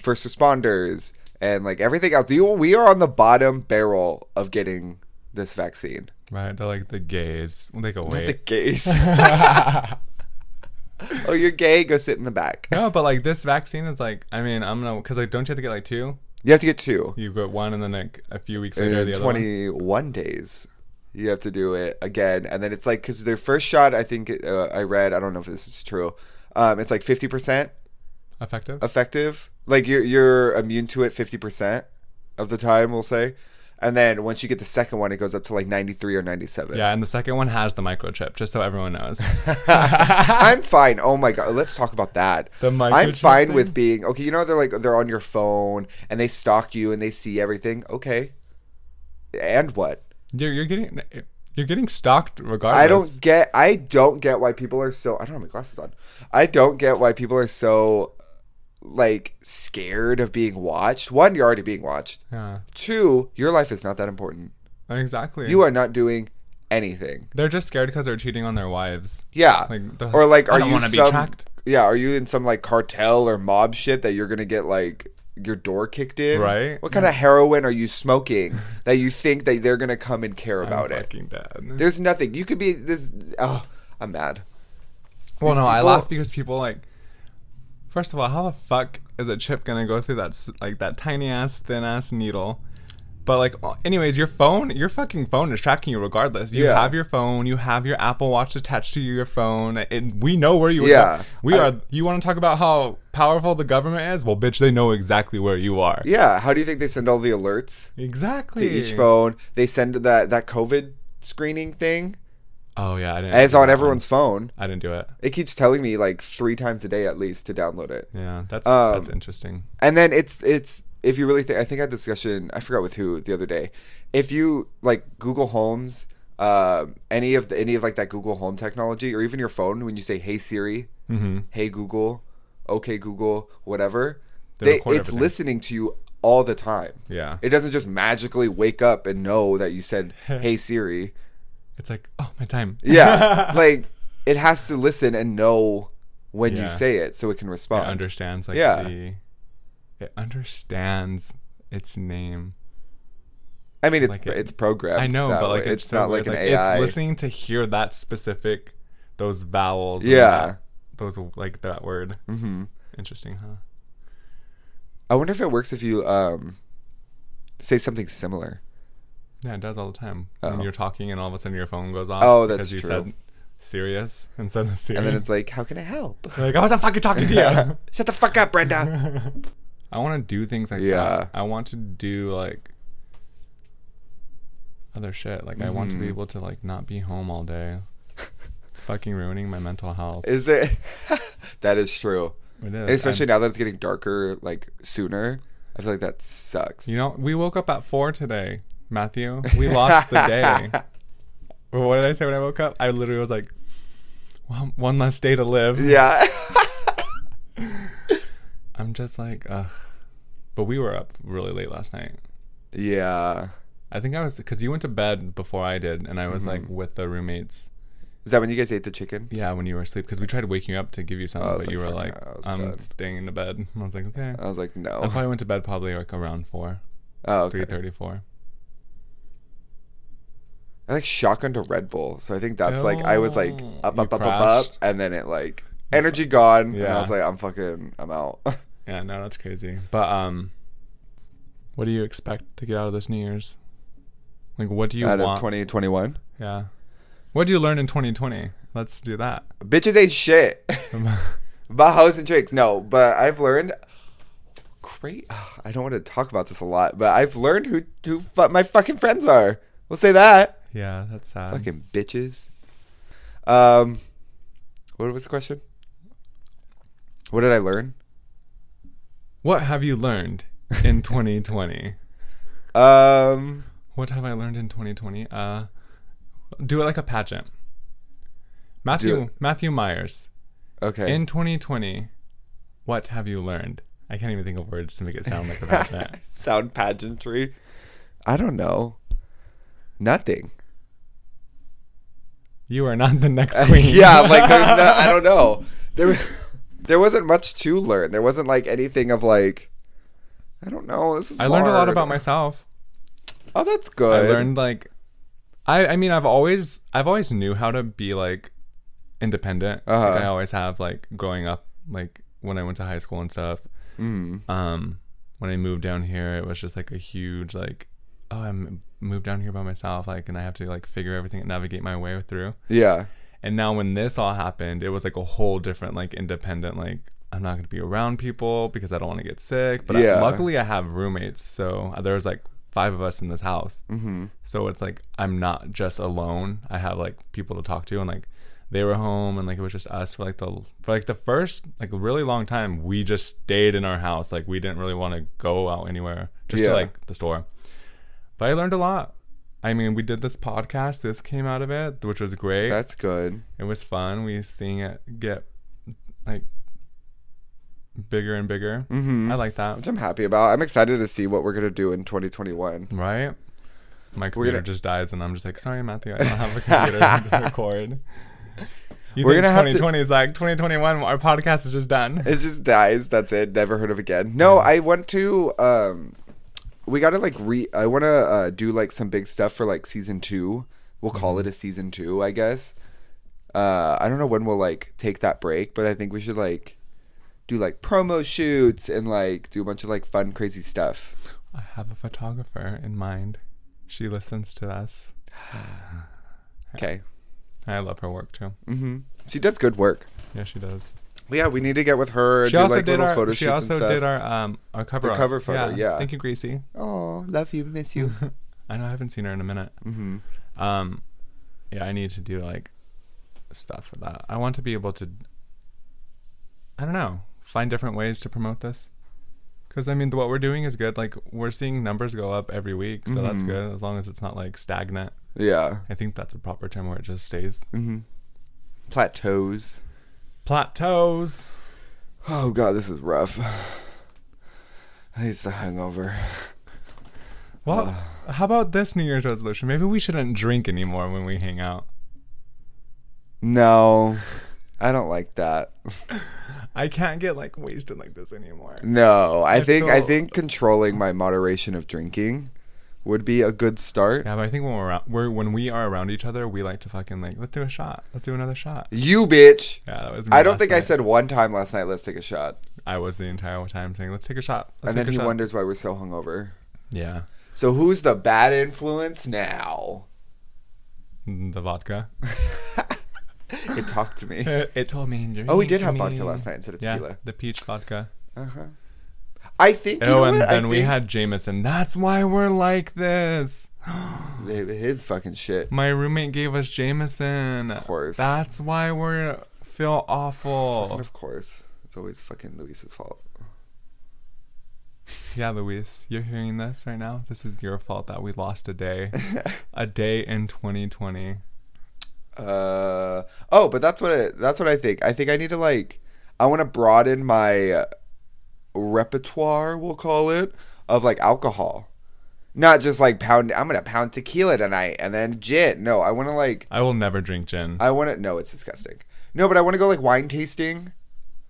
S2: First responders and like everything else. You, we are on the bottom barrel of getting this vaccine.
S1: Right? They're like the gays. They go wait.
S2: The gays. oh, you're gay? Go sit in the back.
S1: No, but like this vaccine is like, I mean, I'm gonna, cause like, don't you have to get like two?
S2: You have to get two.
S1: You get one, and then like a few weeks later
S2: in
S1: the other one.
S2: 21 days you have to do it again and then it's like because their first shot i think uh, i read i don't know if this is true um, it's like 50%
S1: Effective.
S2: effective like you're, you're immune to it 50% of the time we'll say and then once you get the second one it goes up to like 93 or 97
S1: yeah, and the second one has the microchip, just so everyone knows.
S2: I'm fine. Oh my god, let's talk about that.
S1: The
S2: I'm
S1: microchip
S2: fine
S1: thing?
S2: with being okay. You know they're like they're on your phone and they stalk you and they see everything. Okay, and what?
S1: you're, you're getting, you're getting stalked regardless.
S2: I don't get. I don't get why people are so. I don't have my glasses on. I don't get why people are so like scared of being watched. One, you're already being watched.
S1: Yeah,
S2: Two, your life is not that important.
S1: exactly.
S2: You are not doing anything.
S1: They're just scared because they're cheating on their wives.
S2: Yeah.
S1: Like, the,
S2: or like,
S1: I
S2: are
S1: don't
S2: you
S1: wanna be
S2: some?
S1: tracked.
S2: yeah. Are you in some like cartel or mob shit that you're gonna get like your door kicked in?
S1: Right.
S2: What kind of heroin are you smoking that you think that they're gonna come and care about it?
S1: fucking dead.
S2: There's nothing. You could be this. Oh, I'm mad.
S1: Well,
S2: These
S1: no, I
S2: people-
S1: laugh because people like. First of all, how the fuck is a chip gonna go through that s- like that tiny ass thin ass needle? But like, a- anyways, your phone, your fucking phone is tracking you regardless. You
S2: Yeah.
S1: have your phone, you have your Apple Watch attached to your phone, and we know where you are.
S2: Yeah.
S1: we
S2: I-
S1: are. You want to talk about how powerful the government is? Well, bitch, they know exactly where you are.
S2: Yeah. How do you think they send all the alerts
S1: Exactly.
S2: to each phone? They send that that COVID screening thing.
S1: Oh yeah, I didn't.
S2: And it's
S1: do
S2: on
S1: that
S2: everyone's phone.
S1: one. I didn't do it.
S2: It keeps telling me like three times a day at least to download it.
S1: Yeah, that's
S2: Um,
S1: that's interesting.
S2: And then it's it's if you really think I think I had a discussion I forgot with who the other day. If you like Google Homes, um any of the any of like that Google Home technology or even your phone when you say Hey Siri,
S1: Mm-hmm.
S2: Hey Google, Okay Google, whatever,
S1: They
S2: they, it's
S1: record everything.
S2: listening to you all the time.
S1: Yeah,
S2: It doesn't just magically wake up and know that you said Hey Siri.
S1: it's like oh my time.
S2: Yeah, like it has to listen and know when
S1: Yeah.
S2: you say it so it can respond.
S1: it understands like
S2: Uh, Yeah.
S1: the it understands its name.
S2: I mean, it's
S1: Like it-
S2: it's programmed.
S1: I know,
S2: Uh, that
S1: but like
S2: way. it's,
S1: so
S2: not
S1: weird,
S2: like an AI.
S1: It's listening to hear that specific those vowels. and
S2: yeah.
S1: that- those like that word.
S2: hmm
S1: Interesting, huh?
S2: I wonder if it works if you um say something similar.
S1: Yeah, it does all the time.
S2: Oh.
S1: When you're talking and all of a sudden your phone goes off.
S2: Oh, that's
S1: because you
S2: true.
S1: Said serious instead of serious.
S2: And then it's like, how can I help?
S1: like I wasn't fucking talking to
S2: Shut the fuck up, Brenda.
S1: you. I want to do things like
S2: Yeah.
S1: that. I want to do like other shit. Like I want to
S2: Mm-hmm.
S1: be able to like not be home all day. It's fucking ruining my mental health.
S2: Is it? that is true.
S1: It is.
S2: And especially now that it's getting darker, like sooner. I feel like that sucks.
S1: You know, we woke up at four today, Matthew. We lost the day. Well, What did I say when I woke up? I literally was like, well, one less day to live.
S2: yeah.
S1: I'm just like, ugh. But we were up really late last night.
S2: yeah.
S1: I think I was, because you went to bed before I did, and I was like
S2: Mm-hmm.
S1: with the roommates.
S2: Is that when you guys ate the chicken?
S1: Yeah, when you were asleep, because we tried waking you up to give you something, but
S2: was like,
S1: you were
S2: "Fuck
S1: like,
S2: no, I was
S1: I'm
S2: done."
S1: staying in the bed. And I was like, okay.
S2: I was like, no.
S1: I probably went to bed probably like around four,
S2: oh, okay.
S1: three thirty four.
S2: I like shotgun to Red Bull. So I think that's like I was like
S1: Oh,
S2: up,
S1: you
S2: up, up, up, up,
S1: crashed.
S2: and then it like energy gone. And I
S1: Yeah.
S2: was like, I'm fucking, I'm out.
S1: Yeah, no, that's crazy. But um, what do you expect to get out of this New Year's? Like, what do you
S2: Out
S1: want?
S2: of 2021,
S1: yeah, what did you learn in 2020? Let's do that.
S2: bitches ain't shit. About hoes and tricks, no. But I've learned. Great. I don't want to talk about this a lot, but I've learned who who fu- my fucking friends are. We'll say that.
S1: yeah, that's sad.
S2: Fucking bitches. Um, what was the question? What did I learn?
S1: What have you learned in 2020?
S2: Um.
S1: What have I learned in 2020? Uh, do it like a pageant. Matthew Matthew Myers
S2: Okay.
S1: in 2020. What have you learned? I can't even think of words to make it sound like a pageant.
S2: sound pageantry. I don't know. Nothing.
S1: you are not the next queen.
S2: Uh, yeah, like there's no, I don't know. There, was- there wasn't much to learn. There wasn't like anything of like, I don't know. This is.
S1: I learned a lot
S2: hard.
S1: about myself.
S2: Oh, that's good.
S1: I learned like I I mean I've always I've always knew how to be like independent.
S2: Uh-huh.
S1: Like, I always have like growing up like when I went to high school and stuff.
S2: Mm.
S1: Um when I moved down here it was just like a huge like oh I'm moved down here by myself like and I have to like figure everything and navigate my way through.
S2: Yeah.
S1: And now when this all happened it was like a whole different like independent like I'm not going to be around people because I don't want to get sick, but I-
S2: Yeah.
S1: luckily I have roommates. So there's like five of us in this house.
S2: Mm-hmm.
S1: So it's like I'm not just alone. I have like people to talk to and like they were home and like it was just us for like the for like the first like really long time we just stayed in our house. Like we didn't really want to go out anywhere just
S2: Yeah.
S1: to like the store. But I learned a lot. I mean, we did this podcast. This came out of it, which was great.
S2: That's good.
S1: it was fun. We seeing it get like bigger and bigger.
S2: Mm-hmm.
S1: I like that.
S2: Which I'm happy about. I'm excited to see what we're gonna do in 2021.
S1: Right? My
S2: We're
S1: computer
S2: gonna-
S1: just dies, and I'm just like, sorry, Matthew, I don't have a computer to record. You
S2: We're
S1: think
S2: gonna have to-
S1: 2020 is like 2021? Our podcast is just done.
S2: It just dies. That's it. Never heard of again. No, I want to. Um, we gotta like re. I want to uh, do like some big stuff for like season two. We'll call
S1: Mm-hmm.
S2: it a season two, I guess. Uh, I don't know when we'll like take that break, but I think we should like do like promo shoots and like do a bunch of like fun crazy stuff.
S1: I have a photographer in mind. She listens to us.
S2: Okay.
S1: I love her work too.
S2: Mhm. She does good work.
S1: Yeah, she does.
S2: But yeah, we need to get with her and
S1: She
S2: do
S1: also
S2: like
S1: did
S2: little
S1: our.
S2: photo
S1: she
S2: shoots
S1: also
S2: and stuff.
S1: did our um our cover
S2: The
S1: art.
S2: cover photo, yeah.
S1: Thank you, Greasy.
S2: oh, love you, miss you.
S1: I know I haven't seen her in a minute.
S2: mm-hmm.
S1: Um, yeah, I need to do like stuff for that. I want to be able to. I don't know. Find different ways to promote this. Because I mean, what we're doing is good. Like we're seeing numbers go up every week, so that's
S2: Mhm.
S1: good. As long as it's not like stagnant.
S2: Yeah.
S1: I think that's a proper term where it just stays
S2: Mm-hmm. Plateaus.
S1: plateaus.
S2: Oh god, this is rough. It's the hungover.
S1: Well, how about this New Year's resolution? Maybe we shouldn't drink anymore when we hang out.
S2: No, I don't like that.
S1: I can't get like wasted like this anymore.
S2: No, I, think I
S1: feel-
S2: think controlling my moderation of drinking would be a good start.
S1: Yeah, but I think when we're, around, we're when we are around each other, we like to fucking like let's do a shot, let's do another shot.
S2: You bitch.
S1: Yeah, that was. Me
S2: I don't
S1: last
S2: think I
S1: night.
S2: said one time last night. Let's take a shot,
S1: I was the entire time saying, "Let's take a shot." Let's take
S2: and then
S1: a
S2: he
S1: shot."
S2: wonders why we're so hungover.
S1: Yeah,
S2: So who's the bad influence now?
S1: Mm, the vodka.
S2: It talked to me.
S1: it told me.
S2: Oh, we did have vodka last night instead of
S1: Yeah,
S2: tequila.
S1: the peach vodka.
S2: Uh huh. I think. You know
S1: oh, and
S2: what? I
S1: then we
S2: think
S1: had Jameson. That's why we're like this.
S2: his fucking shit.
S1: My roommate gave us Jameson. Of
S2: course.
S1: That's why we're feel
S2: And
S1: awful.
S2: of course, it's always fucking Luis's fault.
S1: Yeah, Luis, you're hearing this right now. This is your fault that we lost a day, a day in 2020.
S2: Uh oh, but that's what I, that's what I think. I think I need to like I want to broaden my uh, repertoire, we'll call it, of like alcohol. Not just like pound I'm going to pound tequila tonight and then gin. No, I want to like
S1: I will never drink gin.
S2: I want to no, it's disgusting. No, but I want to go like wine tasting.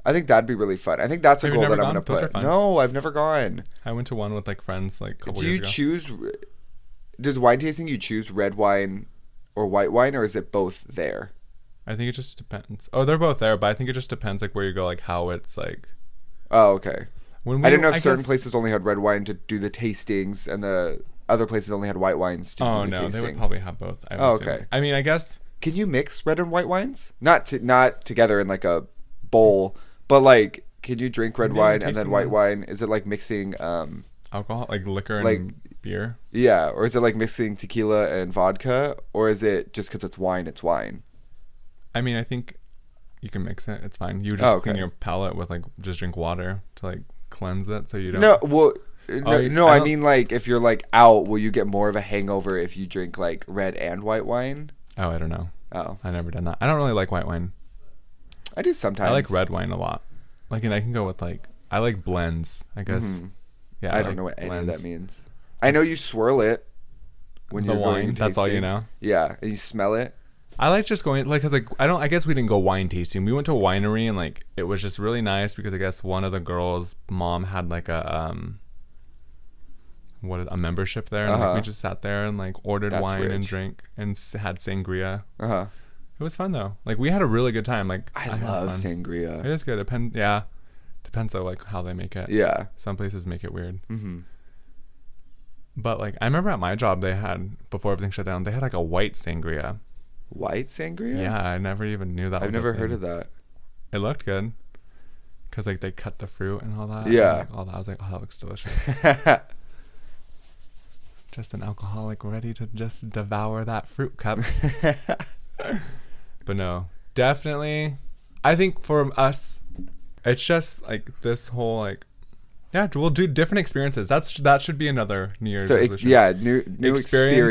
S2: I think that'd be really fun. I think that's a
S1: Have you
S2: goal that
S1: never
S2: I'm going to
S1: gone? Those are
S2: put.
S1: fun.
S2: No, I've never gone.
S1: I went to one with like friends like a couple
S2: Do
S1: years
S2: you
S1: ago.
S2: choose does wine tasting you choose red wine or white wine or is it both there?
S1: I think it just depends. Oh, they're both there, but I think it just depends like where you go, like how it's like.
S2: Oh, okay.
S1: When
S2: I didn't know certain
S1: guess-
S2: places only had red wine to do the tastings, and the other places only had white wines to
S1: Oh
S2: do the
S1: no,
S2: tastings.
S1: they would probably have both. I would
S2: Oh,
S1: assume.
S2: okay.
S1: I mean, I guess
S2: Can you mix red and white wines? Not to, not together in like a bowl, but like, can you drink red
S1: Yeah,
S2: wine and then
S1: tasting
S2: white wine? Is it like mixing, um,
S1: alcohol, like liquor and
S2: Like-
S1: beer.
S2: yeah, or is it like mixing tequila and vodka, or is it just because it's wine, it's wine?
S1: I mean, I think you can mix it. It's fine. You just
S2: Oh,
S1: clean
S2: okay.
S1: your palate with like just drink water to like cleanse it, so you don't.
S2: No, well. uh, No,
S1: you-
S2: no,
S1: I
S2: I
S1: don't-
S2: mean like if you're like out, will you get more of a hangover if you drink like red and white wine?
S1: Oh, I don't know.
S2: Oh,
S1: I never done that. I don't really like white wine.
S2: I do sometimes.
S1: I like red wine a lot. Like, and I can go with like I like blends. I guess. Yeah.
S2: Mm-hmm. I, don't
S1: like
S2: know what any of
S1: blends.
S2: that means. I know you swirl it when
S1: The
S2: you're going
S1: wine. That's all you
S2: tasting.
S1: know.
S2: Yeah, and you smell it.
S1: I like just going like 'cause, like I don't I guess we didn't go wine tasting. We went to a winery and like it was just really nice because I guess one of the girls' mom had like a um what a membership there and like,
S2: Uh-huh.
S1: we just sat there and like ordered
S2: That's
S1: wine and
S2: rich.
S1: drank and s- had sangria.
S2: Uh huh.
S1: It was fun though. Like we had a really good time. Like
S2: I,
S1: had
S2: love
S1: fun. It
S2: sangria.
S1: is good. Depend yeah, depends on like how they make it.
S2: Yeah.
S1: Some places make it weird.
S2: hmm
S1: But like I remember at my job they had before everything shut down they had like a white sangria.
S2: White sangria.
S1: Yeah, I never even knew that.
S2: I've
S1: was a
S2: never heard
S1: thing.
S2: of that.
S1: It looked good. Cause like they cut the fruit and all that. and,
S2: Yeah.
S1: like, all that. I was like, oh, that looks delicious. just an alcoholic ready to just devour that fruit cup. but no, definitely. I think for us, it's just like this whole like, yeah, we'll do different experiences. That's that should be another New Year's
S2: so ex-
S1: resolution.
S2: yeah, new new experiences.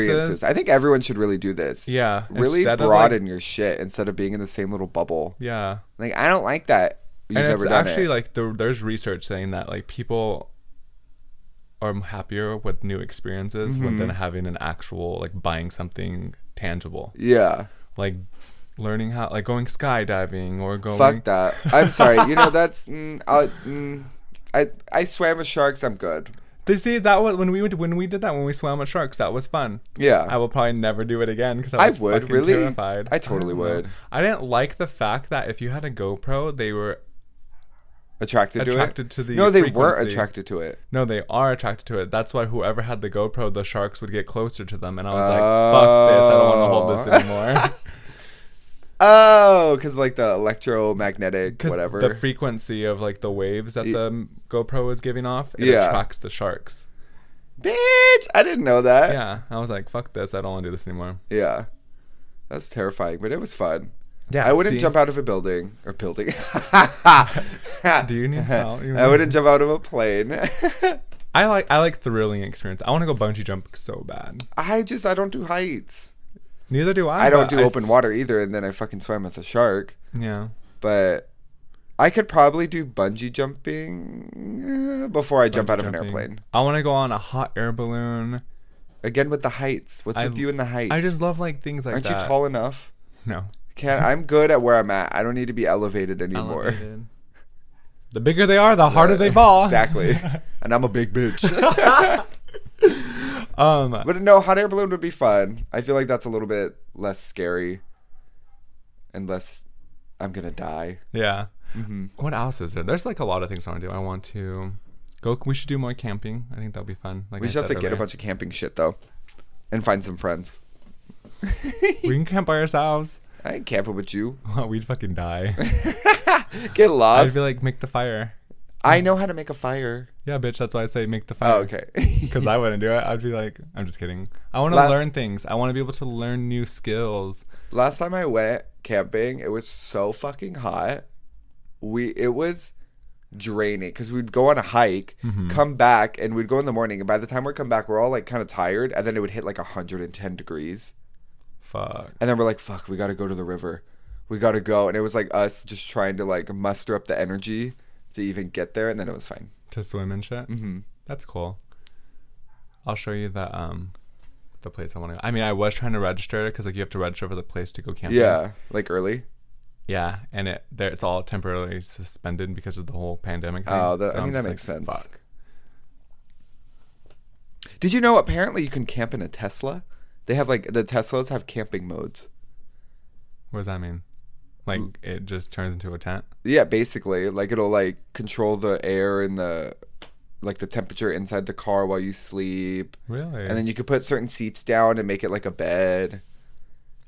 S1: Experiences.
S2: I think everyone should really do this.
S1: Yeah.
S2: Really
S1: instead of, like-
S2: broaden your shit instead of being in the same little bubble.
S1: yeah.
S2: Like I don't like that. You've
S1: and
S2: never
S1: it's
S2: done
S1: actually
S2: it.
S1: like there, there's research saying that like people are happier with new experiences
S2: Mm-hmm.
S1: when- than having an actual like buying something tangible
S2: yeah.
S1: like learning how like going skydiving or going
S2: Fuck that. I'm sorry. You know that's. Mm, I'll, mm, I I swam with sharks. I'm good.
S1: they see that was when we would when we did that when we swam with sharks that was fun
S2: Yeah.
S1: I will probably never do it again because
S2: I
S1: I was
S2: would,
S1: fucking
S2: really.
S1: terrified.
S2: I totally
S1: don't know.
S2: would.
S1: I didn't like the fact that if you had a GoPro, they were
S2: attracted to
S1: attracted
S2: it.
S1: to the
S2: no, they were
S1: frequency.
S2: attracted to it.
S1: No, they are attracted to it. That's why whoever had the GoPro, the sharks would get closer to them. And I was like, fuck this. I don't want to hold this anymore.
S2: Oh, because like the electromagnetic
S1: 'Cause
S2: whatever.
S1: The frequency of like the waves that the m- GoPro is giving off, it
S2: Yeah.
S1: attracts the sharks.
S2: Bitch, I didn't know that.
S1: Yeah. I was like, fuck this. I don't want to do this anymore.
S2: Yeah. That's terrifying, but it was fun.
S1: Yeah.
S2: I wouldn't
S1: see?
S2: jump out of a building or building.
S1: Do you need help? You
S2: I wouldn't jump out of a plane.
S1: I like I like thrilling experience. I want to go bungee jump so bad.
S2: I just I don't do heights.
S1: Neither do I.
S2: I don't
S1: but
S2: do open
S1: s-
S2: water either, and then I fucking swam with a shark.
S1: Yeah.
S2: But I could probably do bungee jumping uh, before I jump out of an
S1: Jumping.
S2: airplane.
S1: I want to go on a hot air balloon.
S2: Again with the heights. What's
S1: I-
S2: with you in the heights?
S1: I just love like things like
S2: aren't
S1: that.
S2: you tall enough?
S1: No.
S2: Can I'm good at where I'm at. I don't need to be elevated anymore.
S1: Elevated. The bigger they are, the harder they fall.
S2: Exactly. and I'm a big bitch.
S1: um,
S2: but no, hot air balloon would be fun. I feel like that's a little bit less scary and less I'm gonna die.
S1: yeah.
S2: Mm-hmm.
S1: What else is there? There's like a lot of things I want to do. I want to go. We should do more camping. I think that'll be fun. Like I
S2: We just have to
S1: said
S2: get a
S1: earlier.
S2: bunch of camping shit though. And find some friends.
S1: We can camp by ourselves.
S2: I ain't camping with you.
S1: We'd fucking die.
S2: Get
S1: I'd
S2: lost.
S1: be like, make the fire.
S2: I know how to make a fire.
S1: Yeah, bitch. That's why I say make the fire.
S2: Oh, okay.
S1: Because I wouldn't do it. I'd be like, I'm just kidding. I want to
S2: La-
S1: learn things. I want to be able to learn new skills.
S2: Last time I went camping, it was so fucking hot. We it was draining because we'd go on a hike, come back, and we'd go in the morning. And by the time we come back, we're all like kind of tired, and then it would hit like 110 degrees,
S1: Fuck.
S2: and then we're like, "Fuck, we gotta go to the river, we gotta go." And it was like us just trying to like muster up the energy to even get there, and then it was fine.
S1: To swim and shit. Mm-hmm. That's cool. I'll show you the um, the place I want to. I mean, I was trying to register it because like you have to register for the place to go camping.
S2: Yeah, like early.
S1: Yeah, and it there it's all temporarily suspended because of the whole pandemic. Thing.
S2: Oh, that,
S1: So
S2: I
S1: I'm
S2: mean that
S1: just
S2: makes
S1: like,
S2: sense.
S1: Fuck.
S2: Did you know apparently you can camp in a Tesla? They have like the Teslas have camping modes.
S1: What does that mean? Like it just turns into a tent.
S2: Yeah, basically, like it'll like control the air and the like the temperature inside the car while you sleep,
S1: Really?
S2: and then you could put certain seats down and make it like a bed.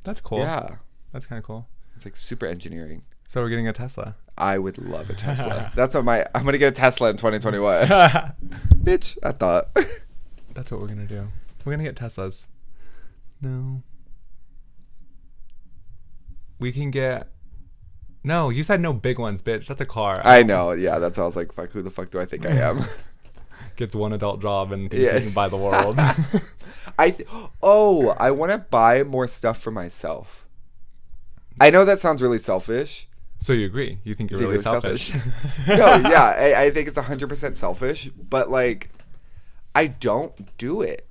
S1: That's cool.
S2: Yeah,
S1: That's kind of cool.
S2: it's like super engineering.
S1: So we're getting a Tesla.
S2: I would love a Tesla. That's what my I'm gonna get a Tesla in 2021,
S1: That's
S2: bitch. I thought.
S1: what we're gonna do. We're gonna get Teslas. No. We can get. No, you said no big ones, bitch. That's a car.
S2: I know. Yeah, that's how I was like, fuck. Who the fuck do I think I am?
S1: Gets one adult job and thinks
S2: Yeah.
S1: he can buy the world.
S2: I th- oh, I want to buy more stuff for myself. I know that sounds really selfish.
S1: so you agree? You think you're
S2: think
S1: really
S2: it was
S1: selfish?
S2: no, yeah, I, I think it's 100% selfish, but like, I don't do it.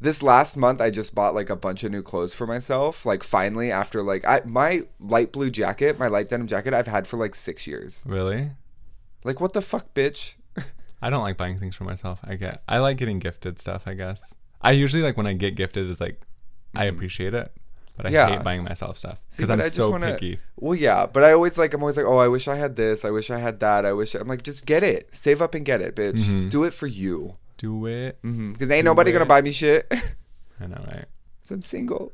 S2: This last month, I just bought like a bunch of new clothes for myself. Like, finally, after like I, my light blue jacket, my light denim jacket, I've had for like six years.
S1: really?
S2: Like, what the fuck, bitch?
S1: I don't like buying things for myself. I get I like getting gifted stuff, I guess. I usually like when I get gifted is like I appreciate it, but I
S2: Mm-hmm. Yeah.
S1: hate buying myself stuff
S2: See,
S1: because I'm
S2: but I
S1: so picky.
S2: Well, yeah, but I always like, I'm always like, oh, I wish I had this. I wish I had that. I wish. I'm like, just get it. Save up and get it, bitch. Do it for you.
S1: Do it.
S2: Because ain't nobody gonna
S1: it.
S2: buy me shit. 'Cause
S1: I know, right?
S2: I'm single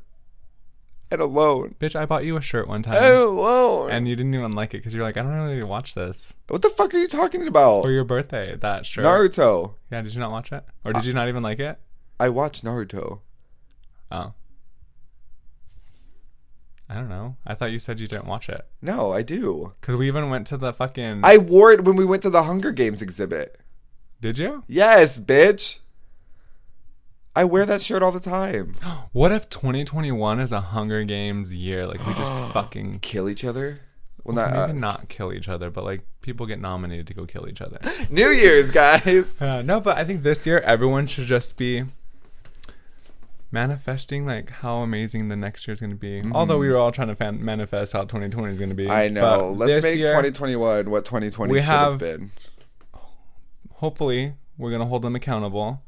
S2: and alone.
S1: Bitch, I bought you a shirt one time
S2: I'm alone.
S1: and you didn't even like it because you're like, I don't really watch this.
S2: What the fuck are you talking
S1: For
S2: about?
S1: your birthday, that shirt.
S2: Naruto.
S1: yeah, did you not watch it? Or did you not even like it?
S2: I watched Naruto.
S1: Oh. I don't know. I thought you said you didn't watch it.
S2: No, I do.
S1: Because we even went to the fucking.
S2: I wore it when we went to the Hunger Games exhibit.
S1: did you?
S2: Yes, bitch. I wear that shirt all the time.
S1: What if 2021 is a Hunger Games year? Like, we just fucking
S2: Kill each other? Well, not
S1: maybe
S2: us.
S1: not kill each other, but like people get nominated to go kill each other.
S2: New Year's, guys.
S1: Uh, no, but I think this year everyone should just be manifesting like how amazing the next year's going to be. Although we were all trying to fan- manifest how 2020 is going to be.
S2: Mm-hmm. I know.
S1: but
S2: Let's
S1: this
S2: make
S1: year,
S2: 2021 what 2020
S1: we
S2: should have
S1: have-
S2: been.
S1: Hopefully, we're going to hold them accountable.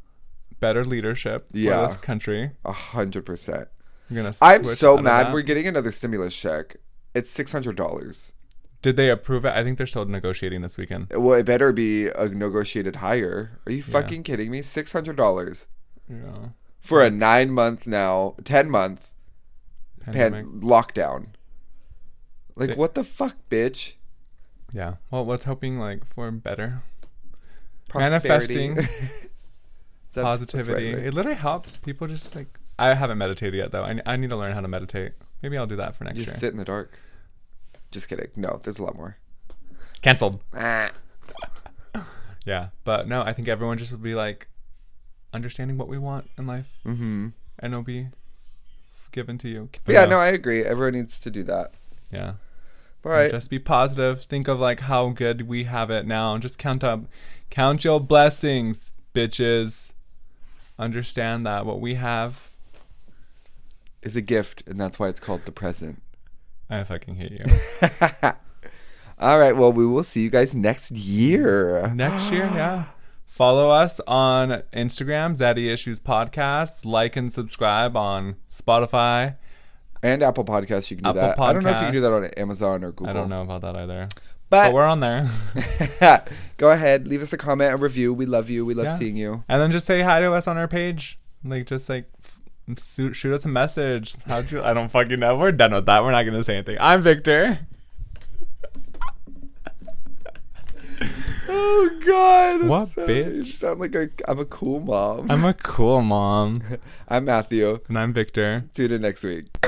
S1: Better leadership
S2: Yeah.
S1: for this country.
S2: A hundred percent.
S1: We're gonna.
S2: I'm
S1: switch
S2: so
S1: out of
S2: mad
S1: that.
S2: we're getting another stimulus check. It's six hundred dollars.
S1: Did they approve it? I think they're still negotiating this weekend.
S2: Well, it better be a negotiated higher. Are you fucking kidding me? Six hundred dollars
S1: Yeah.
S2: for a nine month now, ten month
S1: Pandemic.
S2: pan- lockdown. Like
S1: They-
S2: what the fuck, bitch?
S1: yeah. Well, what's hoping like for better
S2: Prosperity.
S1: Manifesting.
S2: That- that's right,
S1: positivity?
S2: right?
S1: It literally helps people just like. I haven't meditated yet though. I, I need to learn how to meditate. Maybe I'll do that for next
S2: Just
S1: year.
S2: sit in the dark. Just kidding. No, there's a lot more.
S1: Cancelled.
S2: Ah.
S1: Yeah, but no, I think everyone just would be like understanding what we want in life,
S2: Mm-hmm.
S1: and it'll be given to you.
S2: But yeah, no, I agree. Everyone needs to do that.
S1: yeah.
S2: All right.
S1: Just be positive. Think of like how good we have it now, and just count up, count your blessings, bitches. Understand that what we have.
S2: is a gift, and that's why it's called the present.
S1: I fucking hate you.
S2: All right. Well, we will see you guys next year.
S1: Next year, yeah. Follow us on Instagram, Zaddy Issues Podcast. Like and subscribe on Spotify.
S2: And Apple Podcasts, you can do
S1: Apple
S2: that. I don't know if you can do that
S1: Podcasts.
S2: on Amazon or Google.
S1: I don't know about that either, but
S2: But
S1: we're on there.
S2: go ahead, leave us a comment, a review. We love you. We love
S1: Yeah.
S2: seeing you.
S1: And then just say hi to us on our page. Like, just like, f- su- shoot us a message. How'd you? I don't fucking know. We're done with that. We're not going to say anything. I'm Victor.
S2: Oh God! that
S1: What,
S2: sound-
S1: bitch?
S2: You sound like a, I'm a cool mom.
S1: I'm a cool mom.
S2: I'm Matthew.
S1: And I'm Victor.
S2: Tune in next week.